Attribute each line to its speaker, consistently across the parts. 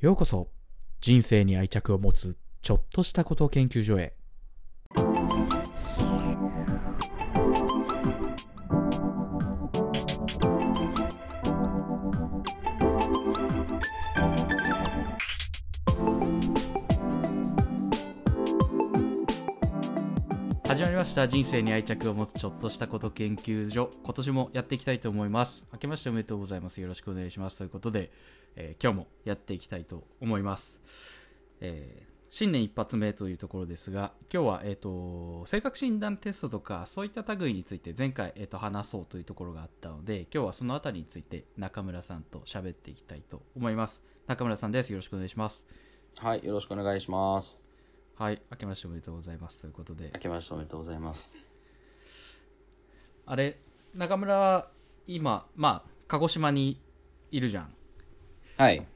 Speaker 1: ようこそ人生に愛着を持つちょっとしたこと研究所へ始まりました人生に愛着を持つちょっとしたこと研究所今年もやっていきたいと思います明けましておめでとうございますよろしくお願いしますということで、えー今日もやっていきたいと思います、えー新年一発目というところですが今日は、えー、と性格診断テストとかそういった類について前回、えー、と話そうというところがあったので今日はそのあたりについて中村さんと喋っていきたいと思います中村さんですよろしくお願いします
Speaker 2: はい、よろしくお願いします。
Speaker 1: はい明けましておめでとうございますということで
Speaker 2: 明けましておめでとうございます。
Speaker 1: あれ中村は今まあ鹿児島にいるじゃん
Speaker 2: はい。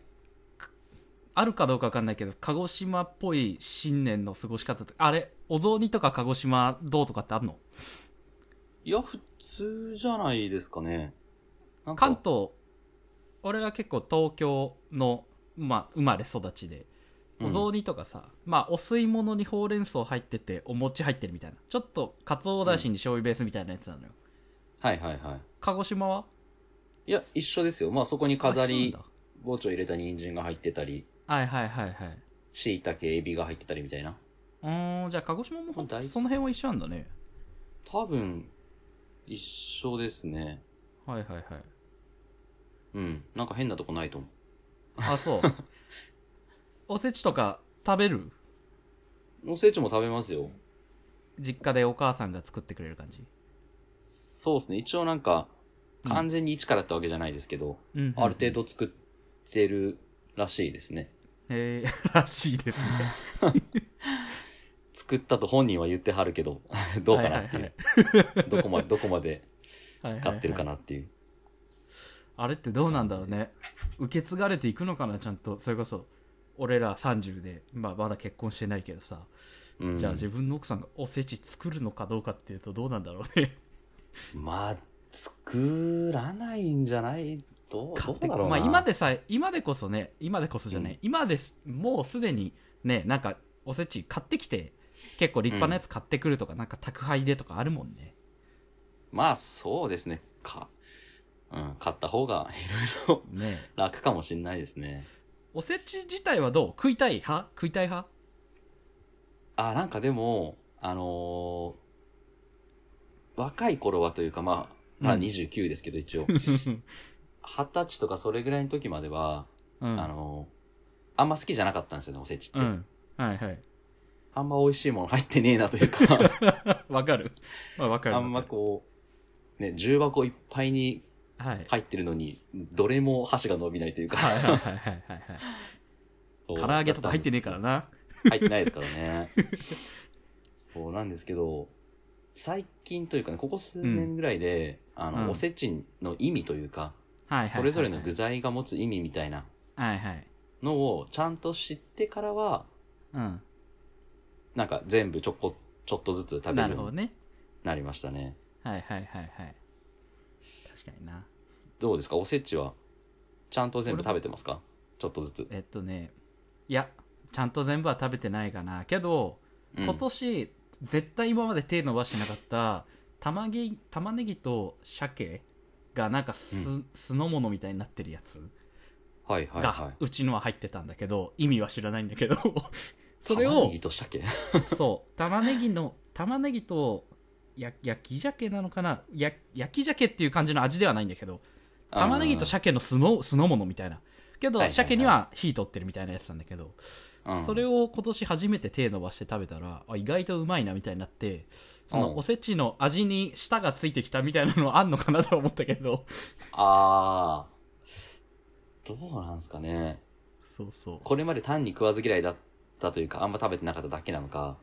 Speaker 1: あるかどうかわかんないけど鹿児島っぽい新年の過ごし方とあれお雑煮とか鹿児島どうとかってあるの
Speaker 2: いや、普通じゃないですかね。なんか
Speaker 1: 関東俺は結構東京の、まあ、生まれ育ちでお雑煮とかさ、まあお吸い物にほうれん草入っててお餅入ってるみたいなちょっとかつおだしに醤油ベースみたいなやつなのよ、
Speaker 2: はいはいは。
Speaker 1: 鹿児島はい
Speaker 2: いや、一緒ですよ。まあそこに飾り
Speaker 1: あそうなんだ
Speaker 2: 包丁入れた人参が入ってたり、
Speaker 1: はいはいはいはい
Speaker 2: 椎茸、エビが入ってたりみたいな。
Speaker 1: うーんじゃあ鹿児島もほん
Speaker 2: まあ大
Speaker 1: その辺は一緒なんだね
Speaker 2: 多分、一緒ですね。
Speaker 1: はいはいはい
Speaker 2: うん。なんか変なとこないと思う。
Speaker 1: あ そうおせちとか食べる
Speaker 2: おせちも食べますよ。
Speaker 1: 実家でお母さんが作ってくれる感じ、
Speaker 2: そうですね。一応なんか、
Speaker 1: うん
Speaker 2: 完全に一からってわけじゃないですけど、
Speaker 1: うんうん
Speaker 2: ある程度作ってるらしいですね。
Speaker 1: えー、らしいです ね
Speaker 2: 作ったと本人は言ってはるけど、 どうかなっていう。どこまで、どこまで
Speaker 1: はいはいはい
Speaker 2: 買ってるかなっていう。
Speaker 1: あれってどうなんだろうね受け継がれていくのかなちゃんとそれこそ俺ら30で、まあ、まだ結婚してないけどさ、
Speaker 2: うん
Speaker 1: じゃあ自分の奥さんがおせち作るのかどうかっていうとどうなんだろうね
Speaker 2: まあ、作らないんじゃないどう、
Speaker 1: 買
Speaker 2: ど
Speaker 1: っ
Speaker 2: う
Speaker 1: て
Speaker 2: だ
Speaker 1: く
Speaker 2: ろうな。
Speaker 1: まあ、今でさえ今でこそね今でこそじゃない、
Speaker 2: うん
Speaker 1: 今ですもうすでにねなんかおせち買ってきて結構立派なやつ買ってくるとか、なんか宅配でとかあるもんね
Speaker 2: まあ、そうですね。か。うん、買った方が いろいろ
Speaker 1: ねえ
Speaker 2: 楽かもしれないですね。
Speaker 1: おせち自体はどう食いたい派食いたい 派
Speaker 2: あ、なんかでも、あのー若い頃はというか、まあ、まあ
Speaker 1: うん
Speaker 2: 29ですけ ど、一応。二十歳とかそれぐらいの時までは、
Speaker 1: うん
Speaker 2: あのーあんま好きじゃなかったんですよね、おせちって。
Speaker 1: うんはいはい
Speaker 2: あんま美味しいもの入ってねえな というか。
Speaker 1: わかるまあわかるわかる
Speaker 2: あんまこう、ね、重箱いっぱいに
Speaker 1: はい
Speaker 2: 入ってるのに、どれも箸が伸びないとい うか。
Speaker 1: はいはいはいはいはい
Speaker 2: こう
Speaker 1: 唐揚げとか入ってねえから。な
Speaker 2: 入ってないですから ね。そうなんですけど、最近というかね、ここ数年ぐらいで、あの、
Speaker 1: うん
Speaker 2: おせちの意味というか、
Speaker 1: はいはいはいはい
Speaker 2: それぞれの具材が持つ意味みたいな
Speaker 1: はいはい
Speaker 2: のをちゃんと知ってからは、
Speaker 1: うん
Speaker 2: なんか全部ちょこ、ちょっとずつ食べ
Speaker 1: な
Speaker 2: る
Speaker 1: る
Speaker 2: よ
Speaker 1: ほど
Speaker 2: うに
Speaker 1: ね
Speaker 2: なりましたね。
Speaker 1: はいはいはいはい確かにな
Speaker 2: どうですかおせちは、ちゃんと全部食べてますかちょっとずつ。
Speaker 1: えっとねいやちゃんと全部は食べてないかなけど
Speaker 2: うん
Speaker 1: 今年、絶対今まで手伸ばしてなかった玉ねぎ玉ねぎと鮭がなんか酢,、
Speaker 2: う
Speaker 1: 酢の物みたいになってるやつ
Speaker 2: はいはいは
Speaker 1: が
Speaker 2: い。
Speaker 1: うちのは入ってたんだけど、意味は知らないんだけど それ
Speaker 2: 玉
Speaker 1: を
Speaker 2: ねぎと鮭
Speaker 1: そう玉ねぎの玉ねぎとや焼き鮭なのかなや焼き鮭っていう感じの味ではないんだけど玉ねぎと鮭の酢の酢の物みたいなけど、
Speaker 2: はいはいはい
Speaker 1: 鮭には火取ってるみたいなやつなんだけど、
Speaker 2: うん
Speaker 1: それを今年初めて手伸ばして食べたらあ意外とうまいなみたいになってその
Speaker 2: うん
Speaker 1: おせちの味に舌がついてきたみたいなのあんのかなとは思ったけ ど
Speaker 2: あーどうなんですかね
Speaker 1: そうそう
Speaker 2: これまで単に食わず嫌いだったというかあんま食べてなかっただけなのか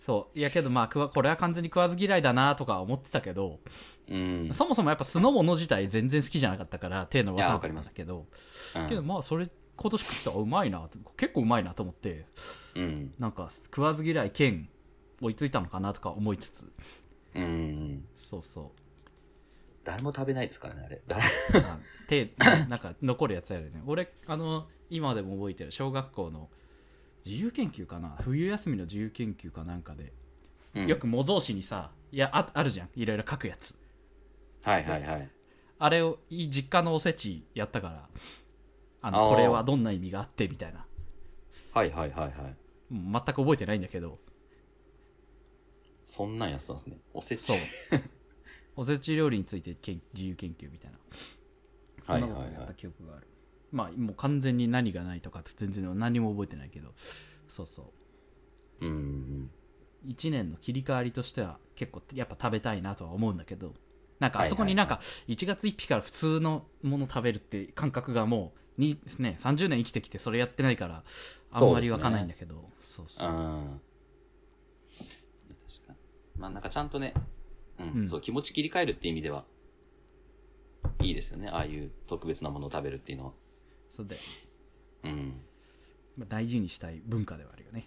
Speaker 1: そういやけどまあ食わこれは完全に食わず嫌いだなとか思ってたけど、
Speaker 2: うん
Speaker 1: そもそもやっぱ酢の物自体全然好きじゃなかったから手伸ばさなかったんだけど
Speaker 2: うん
Speaker 1: けどまあそれ今年食ったらうまいなと結構うまいなと思って
Speaker 2: うん
Speaker 1: なんか食わず嫌い兼追いついたのかなとか思いつつ
Speaker 2: うん
Speaker 1: そうそう
Speaker 2: 誰も食べないですからね、あれ。誰
Speaker 1: あ手なんか残るやつやるね俺あの今でも覚えてる小学校の自由研究かな冬休みの自由研究かなんかで、
Speaker 2: うん
Speaker 1: よく模造紙にさいやああるじゃんいろいろ書くやつ
Speaker 2: はいはいはい。
Speaker 1: あれをい実家のおせちやったからあの
Speaker 2: あー
Speaker 1: これはどんな意味があってみたいな
Speaker 2: はいはいはいはい。
Speaker 1: うん全く覚えてないんだけど
Speaker 2: そんなんやってたんですね。おせ ち。
Speaker 1: そうおせち料理についてけん自由研究みたいなそんなことをやった記憶がある、まあもう完全に何がないとかって全然何も覚えてないけどそうそう
Speaker 2: うんうん
Speaker 1: 1年の切り替わりとしては結構やっぱ食べたいなとは思うんだけどなんか
Speaker 2: は
Speaker 1: あ
Speaker 2: いはいはい
Speaker 1: そこになんか1月1日から普通のもの食べるって感覚がもうに、ね、30年生きてきてそれやってないからあんまり湧かないんだけどそう,、
Speaker 2: う。
Speaker 1: そうん
Speaker 2: うん。確かに。まあなんかちゃんとね、うん、
Speaker 1: うん
Speaker 2: そう、気持ち切り替えるって意味では、いいですよね。ああいう特別なものを食べるっていうのは。
Speaker 1: それで、
Speaker 2: うん。
Speaker 1: まあ、大事にしたい文化ではあるよね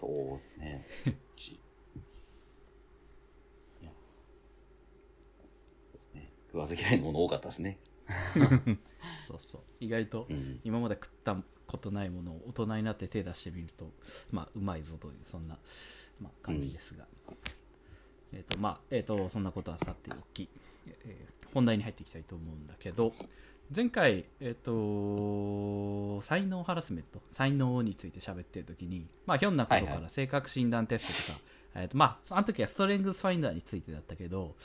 Speaker 2: そうですね。ち いやそうですね食わず嫌いのもの多かったですね。
Speaker 1: そうそう意外と
Speaker 2: うん。
Speaker 1: 今まで食ったことないものを大人になって手出してみるとまあうまいぞというそんな、まあ、感じですが、えっ、とまあえっ、とそんなことはさておき、えー本題に入っていきたいと思うんだけど前回えっ、と才能ハラスメント才能について喋ってる時にまあひょんなことか
Speaker 2: はいは
Speaker 1: ら性格診断テストとか、えっとまあ、あの時はストレングスファインダーについてだったけど、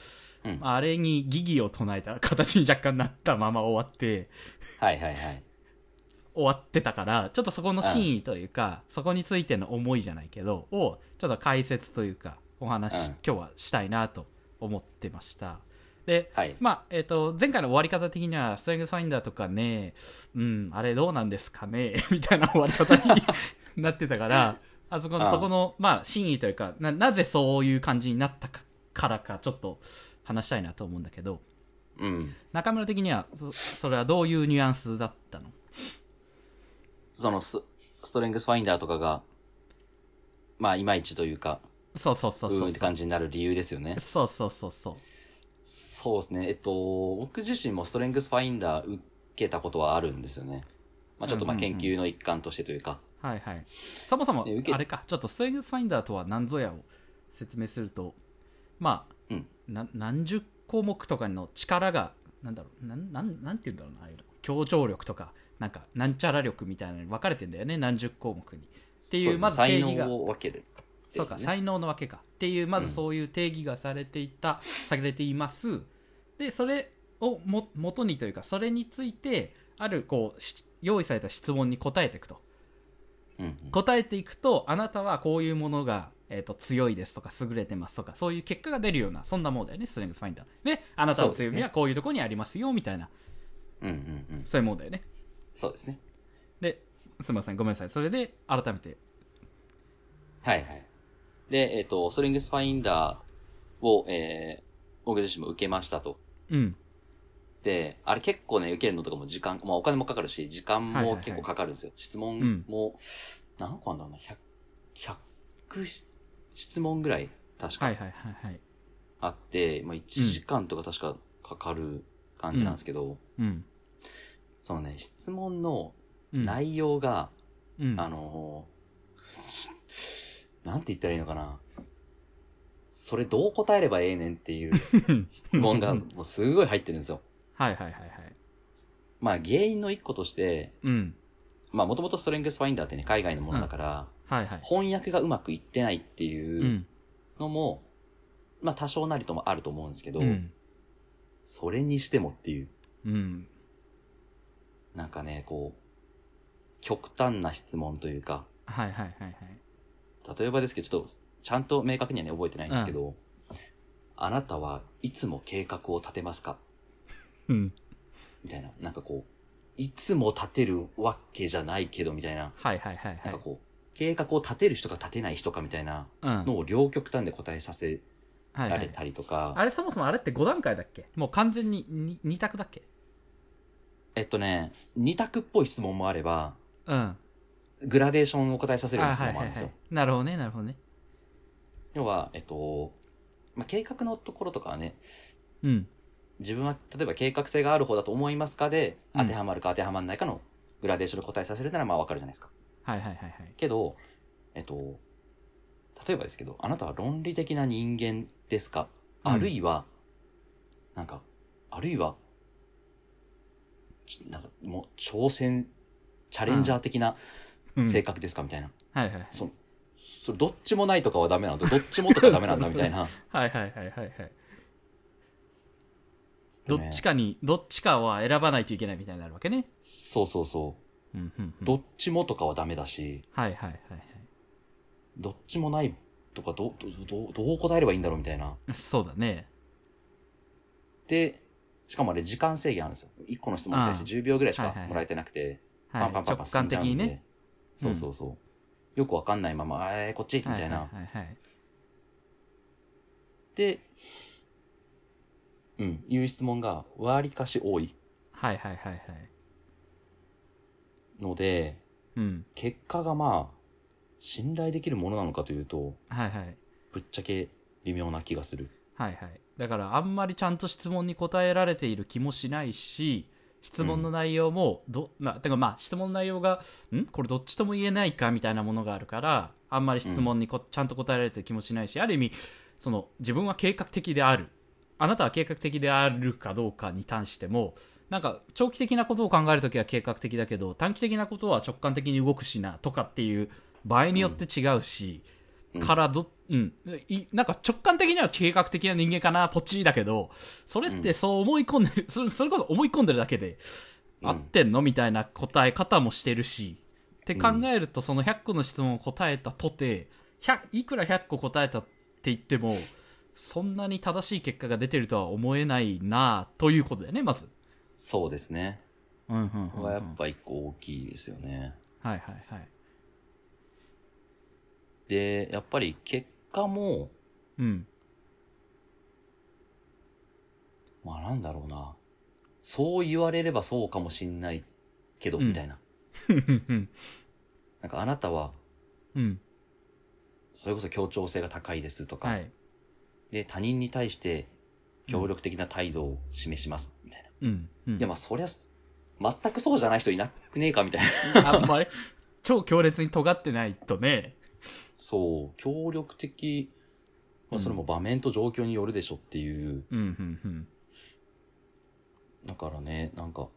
Speaker 2: うん。
Speaker 1: まあ、あれに疑義を唱えた形に若干なったまま終わって、
Speaker 2: はいはいはい。
Speaker 1: 終わってたから、ちょっとそこの真意というか、そこについての思いじゃないけど、を、ちょっと解説というか、お話、
Speaker 2: うん
Speaker 1: 今日はしたいなと思ってました。で、
Speaker 2: はい。
Speaker 1: まあ、えっ、と、前回の終わり方的には、ストレングスファインダーとかね、うん、あれどうなんですかね、 みたいな終わり方に なってたから、あそこ
Speaker 2: う
Speaker 1: の、
Speaker 2: ん
Speaker 1: そこの、まあ、真意というか、な、なぜそういう感じになったかからか、ちょっと話したいなと思うんだけど、
Speaker 2: うん。
Speaker 1: 中村的には、そそれはどういうニュアンスだったの
Speaker 2: そのス、ストレングスファインダーとかが、まあ、いまいちというか、
Speaker 1: そうそうそううそう
Speaker 2: ー
Speaker 1: そ
Speaker 2: ん
Speaker 1: う。
Speaker 2: って感じになる理由ですよね。
Speaker 1: そうそうそうそう。
Speaker 2: そうですね。えっと、僕自身もストレングスファインダー受けたことはあるんですよね。まあ、ちょっとまあ
Speaker 1: うんうんうん
Speaker 2: 研究の一環としてというか。
Speaker 1: はいはい。そもそも
Speaker 2: で受、け
Speaker 1: あれか、ちょっとストレングスファインダーとは何ぞやを説明すると、まあ、
Speaker 2: うん
Speaker 1: な何十項目とかの力が、なんだろう、なんなんなんて言うんだろうな、ああいうの協調力とか、なんか、なんちゃら力みたいなのに分かれてんだよね、何十項目に。ていう
Speaker 2: そですね
Speaker 1: まず定
Speaker 2: 才
Speaker 1: 義が
Speaker 2: 能を分ける。
Speaker 1: そうか、
Speaker 2: ね
Speaker 1: 才能のわけか。っていう、まず
Speaker 2: うん
Speaker 1: そういう定義がされていた、されています。で、それをも、元にというか、それについて、ある、こう、し用意された質問に答えていくと。
Speaker 2: うんうん。
Speaker 1: 答えていくとあなたはこういうものが、えー、と強いですとか優れてますとかそういう結果が出るようなそんなものだよねストレングスファインダーであなたの強みはこういうところにありますよみたいな
Speaker 2: うんうんうん。
Speaker 1: そういうものだよね
Speaker 2: そうですね。
Speaker 1: ですみませんごめんなさいそれで改めて
Speaker 2: はいはい。で、えっと、ストレングスファインダーを、えー、僕自身も受けましたと。
Speaker 1: うん
Speaker 2: で、あれ結構ね、受けるのとかも時間、まあお金もかかるし、時間
Speaker 1: はいはい
Speaker 2: も
Speaker 1: はい
Speaker 2: 結構かかるんですよ。質
Speaker 1: うん
Speaker 2: 問も、何個あんだろうな、100、100質問ぐらい、確
Speaker 1: はい
Speaker 2: か
Speaker 1: はいはいはい
Speaker 2: あって、まあ1時間とか確かかかる感じなんですけど、
Speaker 1: うん
Speaker 2: そのね、質問の
Speaker 1: うん
Speaker 2: 内容が、
Speaker 1: うん
Speaker 2: あのーなんて言ったらいいのかな。それどう答えればええねんっていう 質問が、もうすごい入ってるんですよ。
Speaker 1: はいはいはいはい
Speaker 2: まあ原因の一個として、
Speaker 1: うん
Speaker 2: まあ、もともとストレングスファインダーってね、海外のものだから、
Speaker 1: はいはい
Speaker 2: 翻訳がうまくいってないって
Speaker 1: う
Speaker 2: いうんのも、まあ、多少なりともあると思うんですけど、
Speaker 1: うん
Speaker 2: それにしてもっていう、
Speaker 1: うん
Speaker 2: なんかね、こう、極端な質問というか、
Speaker 1: はいはいはいはい
Speaker 2: 例えばですけど、ちょっと、ちゃんと明確にはね、覚えてないんですけど、あなたはいつも計画を立てますか
Speaker 1: うん
Speaker 2: みたいな、なんかこう、いつも立てるわけじゃないけど、みたいな、
Speaker 1: はいはいはいは
Speaker 2: ないんかこう、計画を立てる人か立てない人かみたいな
Speaker 1: うん
Speaker 2: のを両極端で答えさせ
Speaker 1: はい
Speaker 2: ら
Speaker 1: は
Speaker 2: れ
Speaker 1: い
Speaker 2: たりとか、
Speaker 1: あれそもそもあれって5段階だっけもう完全にに2択だっけ
Speaker 2: えっとね、二択っぽい質問もあれば、
Speaker 1: うん
Speaker 2: グラデーションを答えさせるような質問もあるんですよ。
Speaker 1: なるほどねなるほどね
Speaker 2: 要は、えっと、まあ、計画のところとかはね、
Speaker 1: うん
Speaker 2: 自分は例えば計画性がある方だと思いますかで、
Speaker 1: うん
Speaker 2: 当てはまるか当てはまらないかのグラデーションで答えさせるならまあわかるじゃないですか。
Speaker 1: はいはいはいはい。
Speaker 2: けど、えっと、例えばですけど、あなたは論理的な人間ですか
Speaker 1: うん
Speaker 2: あるいは、なんか、あるいは、ちなんかもう挑戦、チャレンジャー的な
Speaker 1: うん
Speaker 2: 性格ですか、みたいな。
Speaker 1: はいはいはい。
Speaker 2: そそれどっちもないとかはダメなんだ。どっちもとかダメなんだ、みた いな。
Speaker 1: はいはいはいはいはい。どっちかに、どっちかは選ばないといけないみたいになるわけね。
Speaker 2: そうそうそ
Speaker 1: うんうんう
Speaker 2: う。
Speaker 1: ん。
Speaker 2: どっちもとかはダメだし、
Speaker 1: はいはいはいはい。
Speaker 2: どっちもないとか、ど、ど、どどう答えればいいんだろうみたいな。
Speaker 1: そうだね。
Speaker 2: で、しかもあれ時間制限あるんですよ。1個の質問に対して10秒ぐらいし
Speaker 1: はい
Speaker 2: か
Speaker 1: はいはい
Speaker 2: もらえてなくて、
Speaker 1: はい、
Speaker 2: パンパンパ
Speaker 1: 直
Speaker 2: ンパン
Speaker 1: 感的に
Speaker 2: 進んじゃ
Speaker 1: ね
Speaker 2: うんで。。そうそうそう。よくわかんないまま、えー、こっちみたいな。
Speaker 1: はいはいはいはい、
Speaker 2: で、うん、いう質問がわりかし多い
Speaker 1: はいはいはいはい。
Speaker 2: ので、
Speaker 1: うん。
Speaker 2: 結果がまあ、信頼できるものなのかというと、
Speaker 1: はいはい。
Speaker 2: ぶっちゃけ微妙な気がする。
Speaker 1: はいはい。だから、あんまりちゃんと質問に答えられている気もしないし、質問の内容も、ど、な、てかまあ、質問の内容が、んこれどっちとも言えないかみたいなものがあるから、あんまり質問にこ、ちゃんと答えられてる気もしないし、ある意味、その、自分は計画的である。あなたは計画的であるかどうかに対しても、なんか、長期的なことを考えるときは計画的だけど、短期的なことは直感的に動くしな、とかっていう、場合によって違うし、
Speaker 2: うん
Speaker 1: からど、うん、いなんか直感的には計画的な人間かな、ポチだけど、それってそう思い込んでる、それそれこそ思い込んでるだけで、
Speaker 2: うん
Speaker 1: 合ってんのみたいな答え方もしてるし、って考えると、その100個の質問を答えたとて、100いくら100個答えたって言っても、そんなに正しい結果が出てるとは思えないなあということだよね、まず。
Speaker 2: そうですね。
Speaker 1: うんうんうん
Speaker 2: こ
Speaker 1: うん
Speaker 2: れがやっぱ一個大きいですよね。
Speaker 1: はいはいはい。
Speaker 2: で、やっぱり結果も、
Speaker 1: うん。
Speaker 2: まあなんだろうな。そう言われればそうかもしんないけど、
Speaker 1: うん
Speaker 2: みたいな。
Speaker 1: うん。
Speaker 2: なんかあなたは、
Speaker 1: うん。
Speaker 2: それこそ協調性が高いですとか、
Speaker 1: はい。
Speaker 2: で、他人に対して協力的な態度を示します、みたいな。
Speaker 1: うん。うん
Speaker 2: いや、まあそりゃ、全くそうじゃない人いなくねえか、みたい な。
Speaker 1: あんまり、超強烈に尖ってないとね。
Speaker 2: そう、協力的、まあそれも場面と状況によるでしょっていう。
Speaker 1: うん、うん、うん。
Speaker 2: だからね、なんか、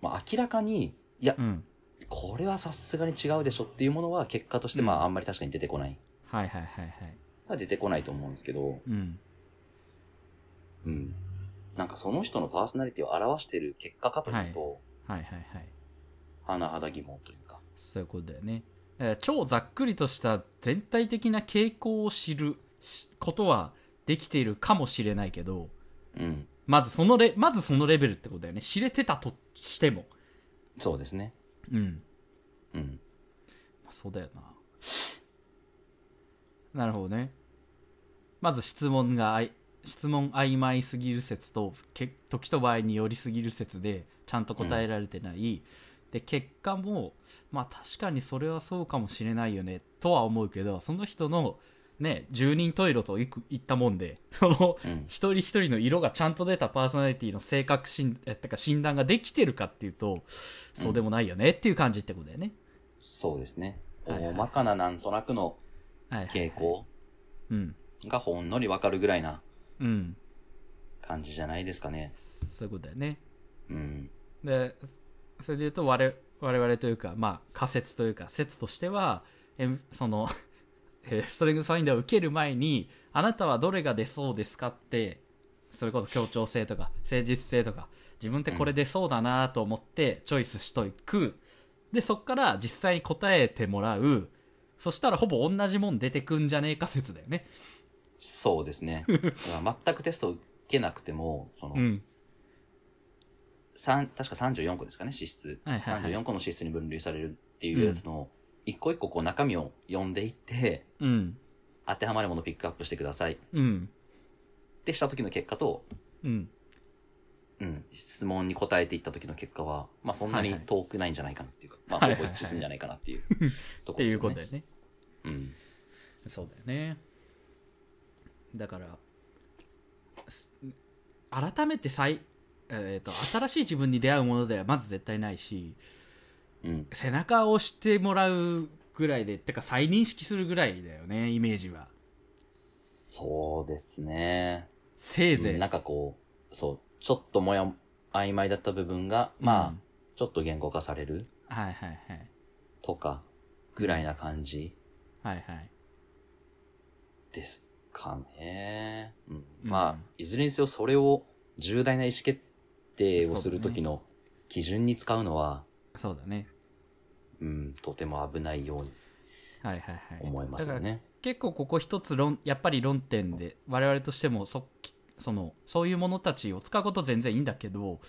Speaker 2: まあ明らかに、いや
Speaker 1: う、ん。
Speaker 2: これはさすがに違うでしょっていうものは結果として
Speaker 1: うん
Speaker 2: まああんまり確かに出てこない。
Speaker 1: はいはいはいはい。
Speaker 2: は出てこないと思うんですけど、
Speaker 1: うん。
Speaker 2: うん。なんかその人のパーソナリティを表している結果かというと、
Speaker 1: はいはいはい。
Speaker 2: 甚だ疑問というか。
Speaker 1: そういうことだよね。だから超ざっくりとした全体的な傾向を知るしことはできているかもしれないけど、
Speaker 2: うん。
Speaker 1: まずそのレ、まずそのレベルってことだよね。知れてたとしても。
Speaker 2: そうですね。
Speaker 1: うん。
Speaker 2: うん。
Speaker 1: まあ、そうだよな。なるほどね。まず質問があい、質問曖昧すぎる説と、け時と場合によりすぎる説で、ちゃんと答えられてない。で、結果も、まあ確かにそれはそうかもしれないよね、とは思うけど、その人の、ね、住人トイレといく言ったもんで、その、
Speaker 2: うん。
Speaker 1: 一人一人の色がちゃんと出たパーソナリティの性格診、え、てか診断ができてるかっていうと、そうでもないよねっていう感じってことだよね。
Speaker 2: そうですね。
Speaker 1: はいはい
Speaker 2: 大まかななんとなくの
Speaker 1: はいはいはい
Speaker 2: 傾。向
Speaker 1: うん。
Speaker 2: がほんのりわかるぐらいな
Speaker 1: うん。
Speaker 2: 感じじゃないですかね。
Speaker 1: そういうことだよね。
Speaker 2: うん。
Speaker 1: で、それで言うと我々、我々というか、まあ、仮説というか、説としては、えその、 えーストリングスファインダーを受ける前に、あなたはどれが出そうですかって、それこそ協調性とか、誠実性とか、自分ってこれ出そうだなと思ってチョイスしといく。で、そっから実際に答えてもらう。そしたらほぼ同じもん出てくんじゃねえか説だよね。
Speaker 2: そうで すね。だから全くテストを受けなくても、その、
Speaker 1: うん。
Speaker 2: 三確か34個ですかね、資質。
Speaker 1: はいはいはい。
Speaker 2: 34個の資質に分類されるっていうやつの、一個一個こう中身を読んでいって、
Speaker 1: うん。
Speaker 2: 当てはまるものをピックアップしてください。
Speaker 1: うん。
Speaker 2: ってした時の結果と、
Speaker 1: うん。
Speaker 2: うん、質問に答えていった時の結果は、まあそんな
Speaker 1: はい
Speaker 2: に
Speaker 1: はい
Speaker 2: 遠くないんじゃないかなっていうか、
Speaker 1: はい
Speaker 2: ま
Speaker 1: は
Speaker 2: あ
Speaker 1: い
Speaker 2: ほ
Speaker 1: はい
Speaker 2: ぼ一致するんじゃないかなっていうと
Speaker 1: っ
Speaker 2: こ
Speaker 1: て
Speaker 2: ろで
Speaker 1: い
Speaker 2: す
Speaker 1: う
Speaker 2: よ
Speaker 1: こと だ
Speaker 2: ね
Speaker 1: よ。ね。
Speaker 2: うん。
Speaker 1: そうだよねだからす改めて再、えー、と新しい自分に出会うものではまず絶対ないし
Speaker 2: うん。
Speaker 1: 背中を押してもらうぐらいでてか再認識するぐらいだよねイメージは
Speaker 2: そうですね。
Speaker 1: せいぜい、
Speaker 2: うんなんかこう、そう、ちょっともや、曖昧だった部分が、まあ、
Speaker 1: うん
Speaker 2: ちょっと言語化される
Speaker 1: はいはいはい
Speaker 2: とか、ぐらいな感じ
Speaker 1: はいはい
Speaker 2: ですかね。うん。
Speaker 1: うん
Speaker 2: まあ、いずれにせよそれを重大な意思決定をする時の基準に使うのは、
Speaker 1: そうだね
Speaker 2: うん、とても危ないように
Speaker 1: はいはいはい
Speaker 2: 思います
Speaker 1: だ
Speaker 2: よ
Speaker 1: から
Speaker 2: ね。
Speaker 1: 結構ここ一つ論やっぱり論点で我々としてもそそのそういうものたちを使うこと全然いいんだけど、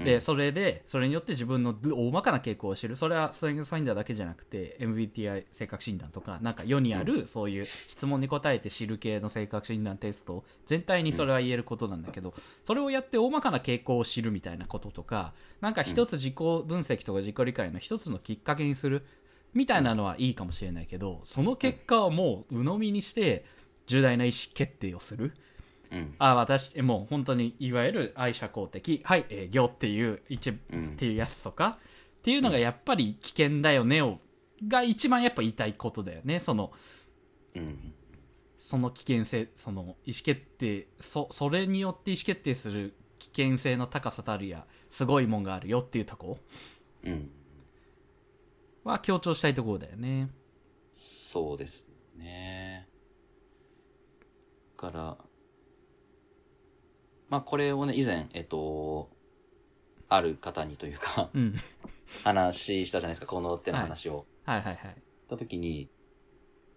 Speaker 2: う
Speaker 1: で
Speaker 2: ん
Speaker 1: それでそれによって自分の大まかな傾向を知るそれはストレングスファインダーだけじゃなくて MBTI 性格診断とかなんか世にあるそういう質問に答えて知る系の性格診断テスト全体にそれは言えることなんだけどそれをやって大まかな傾向を知るみたいなこととかなんか一つ自己分析とか自己理解の一つのきっかけにするみたいなのはいいかもしれないけどその結果をもう鵜呑みにして重大な意思決定をする
Speaker 2: うん。
Speaker 1: あ私もう本当にいわゆる愛社公的はい、えー行っていう一っ
Speaker 2: うん
Speaker 1: ていうやつとかっていうのがやっぱり危険だよねをが一番やっぱ言いたいことだよねその
Speaker 2: うん。
Speaker 1: その危険性その意思決定そそれによって意思決定する危険性の高さたるやすごいもんがあるよっていうとこ
Speaker 2: うん。
Speaker 1: は強調したいところだよね
Speaker 2: そうですね。だから、まあこれをね、以前、えっと、ある方にというか、
Speaker 1: うん
Speaker 2: 話したじゃないですか、この手の話を。
Speaker 1: はいはいはい
Speaker 2: した時に、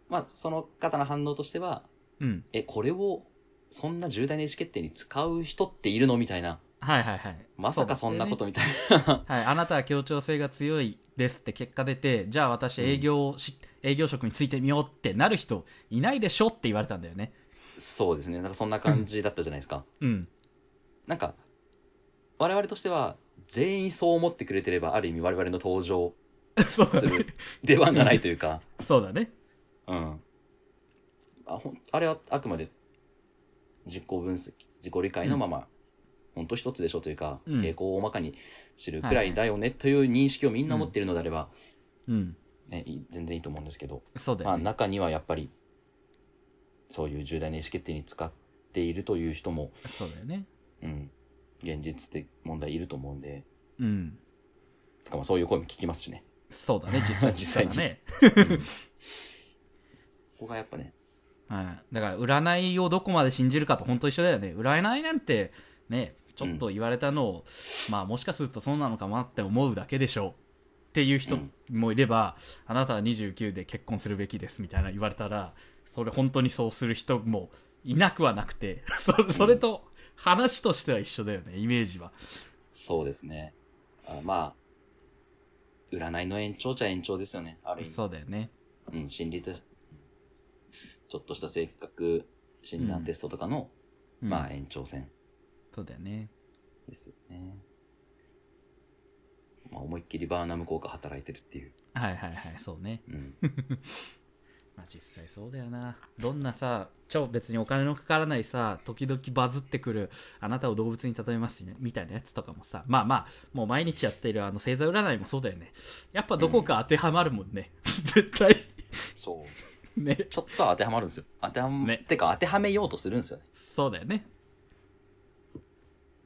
Speaker 2: まあその方の反応としては、
Speaker 1: うん
Speaker 2: え、これを、そんな重大な意思決定に使う人っているのみたいな。
Speaker 1: はいはいはい
Speaker 2: まさかそんな
Speaker 1: と
Speaker 2: ことみたい
Speaker 1: はい、あなたは協調性が強いですって結果出て、じゃあ私営業をし、営業職についてみようってなる人いないでしょって言われたんだよね。
Speaker 2: な。そうですね。なんかそんな感じだったじゃないですか。
Speaker 1: うん。
Speaker 2: なんか、我々としては、全員そう思ってくれてれば、ある意味我々の登場
Speaker 1: そうだ
Speaker 2: す
Speaker 1: ね
Speaker 2: る。出番がないというか、
Speaker 1: そうだね。
Speaker 2: うん。あほんあれはあくまで実行分析、自己理解のまま、ほんと一つでしょというか、
Speaker 1: うん
Speaker 2: 傾向を大まかに知るくらいだよねという認識をみんな持っているのであれば、
Speaker 1: うん。
Speaker 2: ね、いい全然いいと思うんですけど、
Speaker 1: そうだ
Speaker 2: まあ
Speaker 1: よね。
Speaker 2: 中にはやっぱり、そういう重大な意思決定に使っているという人も、
Speaker 1: そうだよね。
Speaker 2: うん、現実的問題いると思うんで、
Speaker 1: うん。
Speaker 2: てかまあそういう声も聞きますしね。
Speaker 1: そうだね、実際
Speaker 2: 実際に
Speaker 1: そうだね。
Speaker 2: うんここがやっぱね、
Speaker 1: はい。だから、占いをどこまで信じるかと本当一緒だよね。占いなんて、ね、ちょっと言われたのを、まあもしかするとそうなのかなって思うだけでしょう。っていう人もいれば、あなたは29で結婚するべきですみたいな言われたら、それ本当にそうする人もいなくはなくて、 そそれと話としては一緒だよね、イメージは。
Speaker 2: そうですね。あまあ、占いの延長っちゃ延長ですよね。ある意味。
Speaker 1: そうだよね。
Speaker 2: うん、心理テスト。ちょっとした性格診断テストとかの、
Speaker 1: うん
Speaker 2: まあ延長線
Speaker 1: そうだよね。
Speaker 2: ですよね。まあ思いっきりバーナム効果働いてるっていう。
Speaker 1: はいはいはい、そうね。
Speaker 2: うん。
Speaker 1: まあ、実際そうだよなどんなさ超別にお金のかからないさ時々バズってくるあなたを動物に例えますねみたいなやつとかもさまあまあもう毎日やっているあの星座占いもそうだよねやっぱどこか当てはまるもんね、 絶対
Speaker 2: そう。
Speaker 1: ね
Speaker 2: ちょっと当てはまるんですよ。当てはめ、
Speaker 1: ね
Speaker 2: てか当てはめようとするんですよね。
Speaker 1: そうだよね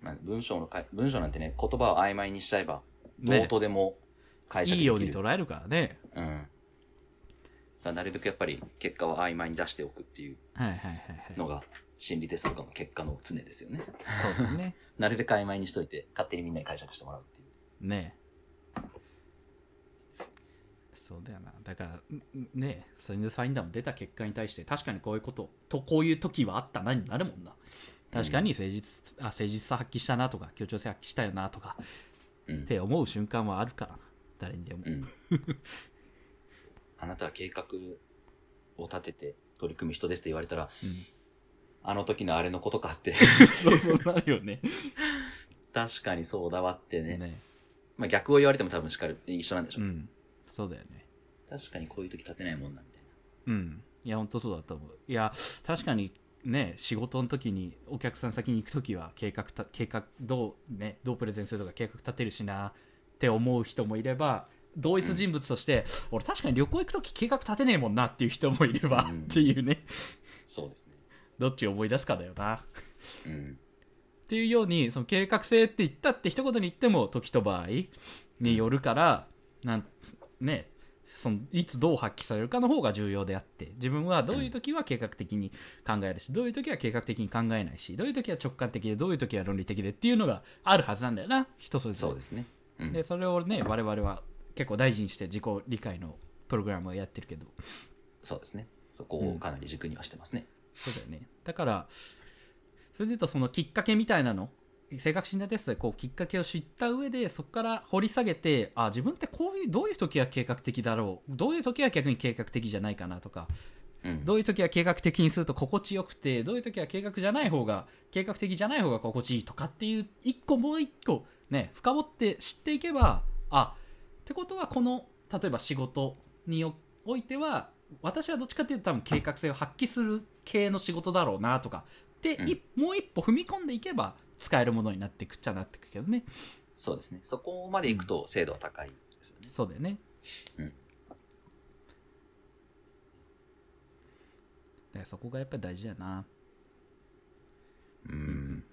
Speaker 2: まあ文章のかい、文章なんてね、言葉を曖昧にしちゃえば、
Speaker 1: ね
Speaker 2: どうとでも解釈
Speaker 1: い
Speaker 2: できる。
Speaker 1: いように捉えるからね
Speaker 2: うん。だからなるべくやっぱり結果は曖昧に出しておくっていう
Speaker 1: はいはいはいは
Speaker 2: のが心理テストとかの結果の常ですよね。
Speaker 1: いそうだね
Speaker 2: なるべく曖昧にしといて勝手にみんなに解釈してもらうっていう。
Speaker 1: ねそうだよなだからんんねストレングスファインダーも出た結果に対して確かにこういうこととこういう時はあったなになるもんな確かに誠実,、あ誠実さ発揮したなとか協調性発揮したよなとか
Speaker 2: う
Speaker 1: っ
Speaker 2: ん。
Speaker 1: て思う瞬間はあるからな誰にでも、
Speaker 2: うん。あなたは計画を立てて取り組む人ですって言われたら、あの時のあれのことか って、
Speaker 1: そう そうなるよね
Speaker 2: 確かにそうだわってね。
Speaker 1: ね
Speaker 2: まあ逆を言われても多分叱る、一緒なんでしょ
Speaker 1: う
Speaker 2: う。
Speaker 1: んそうだよね
Speaker 2: 確かにこういう時立てないもんなんで。
Speaker 1: うん。いや、本当そうだと思う。いや、確かにね、仕事の時にお客さん先に行く時は計画た計画どう,、ね、どうプレゼンするとか計画立てるしなって思う人もいれば同一人物として、俺確かに旅行行く時計画立てねえもんなっていう人もいれば、
Speaker 2: うん
Speaker 1: っていうね
Speaker 2: そうですね。
Speaker 1: どっちを思い出すかだよな。
Speaker 2: うん。
Speaker 1: っていうようにその計画性って言ったって一言に言っても時と場合によるからなんねそのいつどう発揮されるかの方が重要であって自分はどういう時は計画的に考えるし、どういう時は計画的に考えないしどういう時は直感的でどういう時は論理的でっていうのがあるはずなんだよな人それぞ
Speaker 2: そ
Speaker 1: れ
Speaker 2: うですね。うん。
Speaker 1: でそれをね我々は結構大事にして自己理解のプログラムをやってるけど
Speaker 2: そうですね。そこをかなり軸にはしてますね。
Speaker 1: そうだよね。だから、それで言うとそのきっかけみたいなの、性格診断テストでこうきっかけを知った上で、そこから掘り下げて、あ、自分ってこういう、どういう時は計画的だろう、どういう時は逆に計画的じゃないかなとか、
Speaker 2: うん。
Speaker 1: どういう時は計画的にすると心地よくて、どういう時は計画じゃない方が、計画的じゃない方が心地いいとかっていう、一個もう一個ね、深掘って知っていけば、あ、ってことはこの、例えば仕事におおいては、私はどっちかっていうと多分計画性を発揮する系の仕事だろうなとか、で、いもう一歩踏み込んでいけば、使えるものになってくっちゃなってくけどね。
Speaker 2: そうですね。そこまで行くと精度は高いですよね。
Speaker 1: そうだよね。
Speaker 2: うん
Speaker 1: だからそこがやっぱり大事だよな。
Speaker 2: う
Speaker 1: うん
Speaker 2: ん。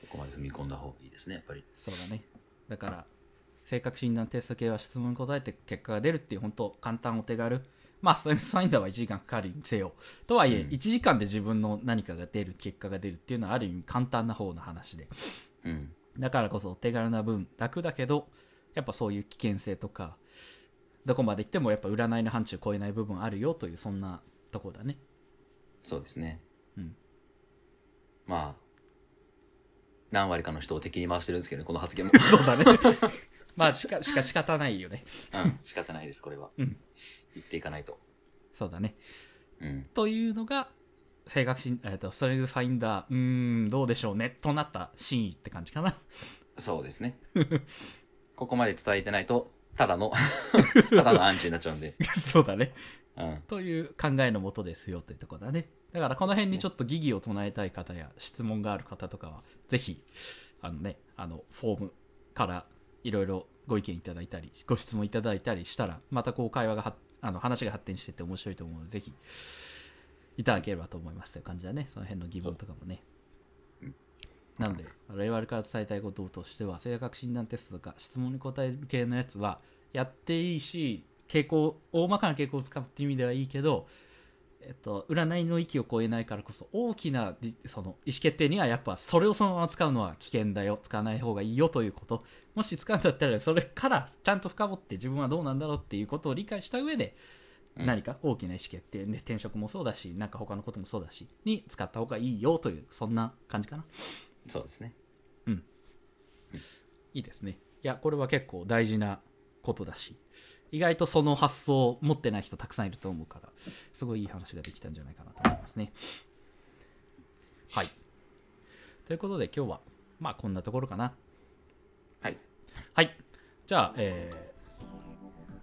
Speaker 2: そこまで踏み込んだ方がいいですね、やっぱり。
Speaker 1: そうだね。だから、性格診断テスト系は質問に答えて結果が出るっていう、本当簡単お手軽。まあ、ストレスファインダーは1時間かかるにせよ。とはいえ、
Speaker 2: うん
Speaker 1: 1時間で自分の何かが出る、結果が出るっていうのはある意味簡単な方の話で。
Speaker 2: うん。
Speaker 1: だからこそお手軽な分、楽だけど、やっぱそういう危険性とか、どこまで行ってもやっぱ占いの範疇を超えない部分あるよという、そんなとこだね。
Speaker 2: そうですね。
Speaker 1: うん
Speaker 2: まあ、何割かの人を敵に回してるんですけどね、この発言も。
Speaker 1: そう だね。まあ、しか、しか仕方ないよね。
Speaker 2: うん、仕方ないです、これは。
Speaker 1: うん
Speaker 2: 言っていかないと。
Speaker 1: そうだね。
Speaker 2: うん。
Speaker 1: というのが性格診、えー、とストレングスファインダーうーんどうでしょうねとなった真意って感じか な
Speaker 2: そうですね。 ここまで伝えてないと、た だの、ただのアンチになっちゃうんで。
Speaker 1: そうだね
Speaker 2: うん。
Speaker 1: という考えのもとですよというところだねだからこの辺にちょっと疑義を唱えたい方や質問がある方とかはぜひあのねあのフォームからいろいろご意見いただいたりご質問いただいたりしたらまたこう会話がはあの話が発展してって面白いと思うのでぜひいただければと思いますという感じだねその辺の疑問とかもねなので我々から伝えたいこととしては性格診断テストとか質問に答える系のやつはやっていいし傾向大まかな傾向を使うっていう意味ではいいけど、えっと、占いの域を超えないからこそ大きなりその意思決定にはやっぱそれをそのまま使うのは危険だよ使わない方がいいよということもし使うんだったらそれからちゃんと深掘って自分はどうなんだろうっていうことを理解した上で
Speaker 2: うん
Speaker 1: 何か大きな意思決定、ね、転職もそうだしなんか他のこともそうだしに使った方がいいよというそんな感じかな
Speaker 2: そうですね。
Speaker 1: いいですね。いや、これは結構大事なことだし、意外とその発想を持ってない人たくさんいると思うから、すごいいい話ができたんじゃないかなと思いますね。はい。ということで今日は、まあこんなところかな。
Speaker 2: はい。
Speaker 1: はい。じゃあ、えー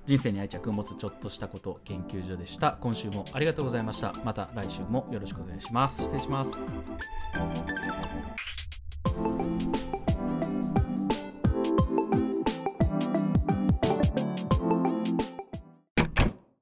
Speaker 1: 人生に愛着を持つちょっとしたこと研究所でした。今週もありがとうございました。また来週もよろしくお願いします。失礼します。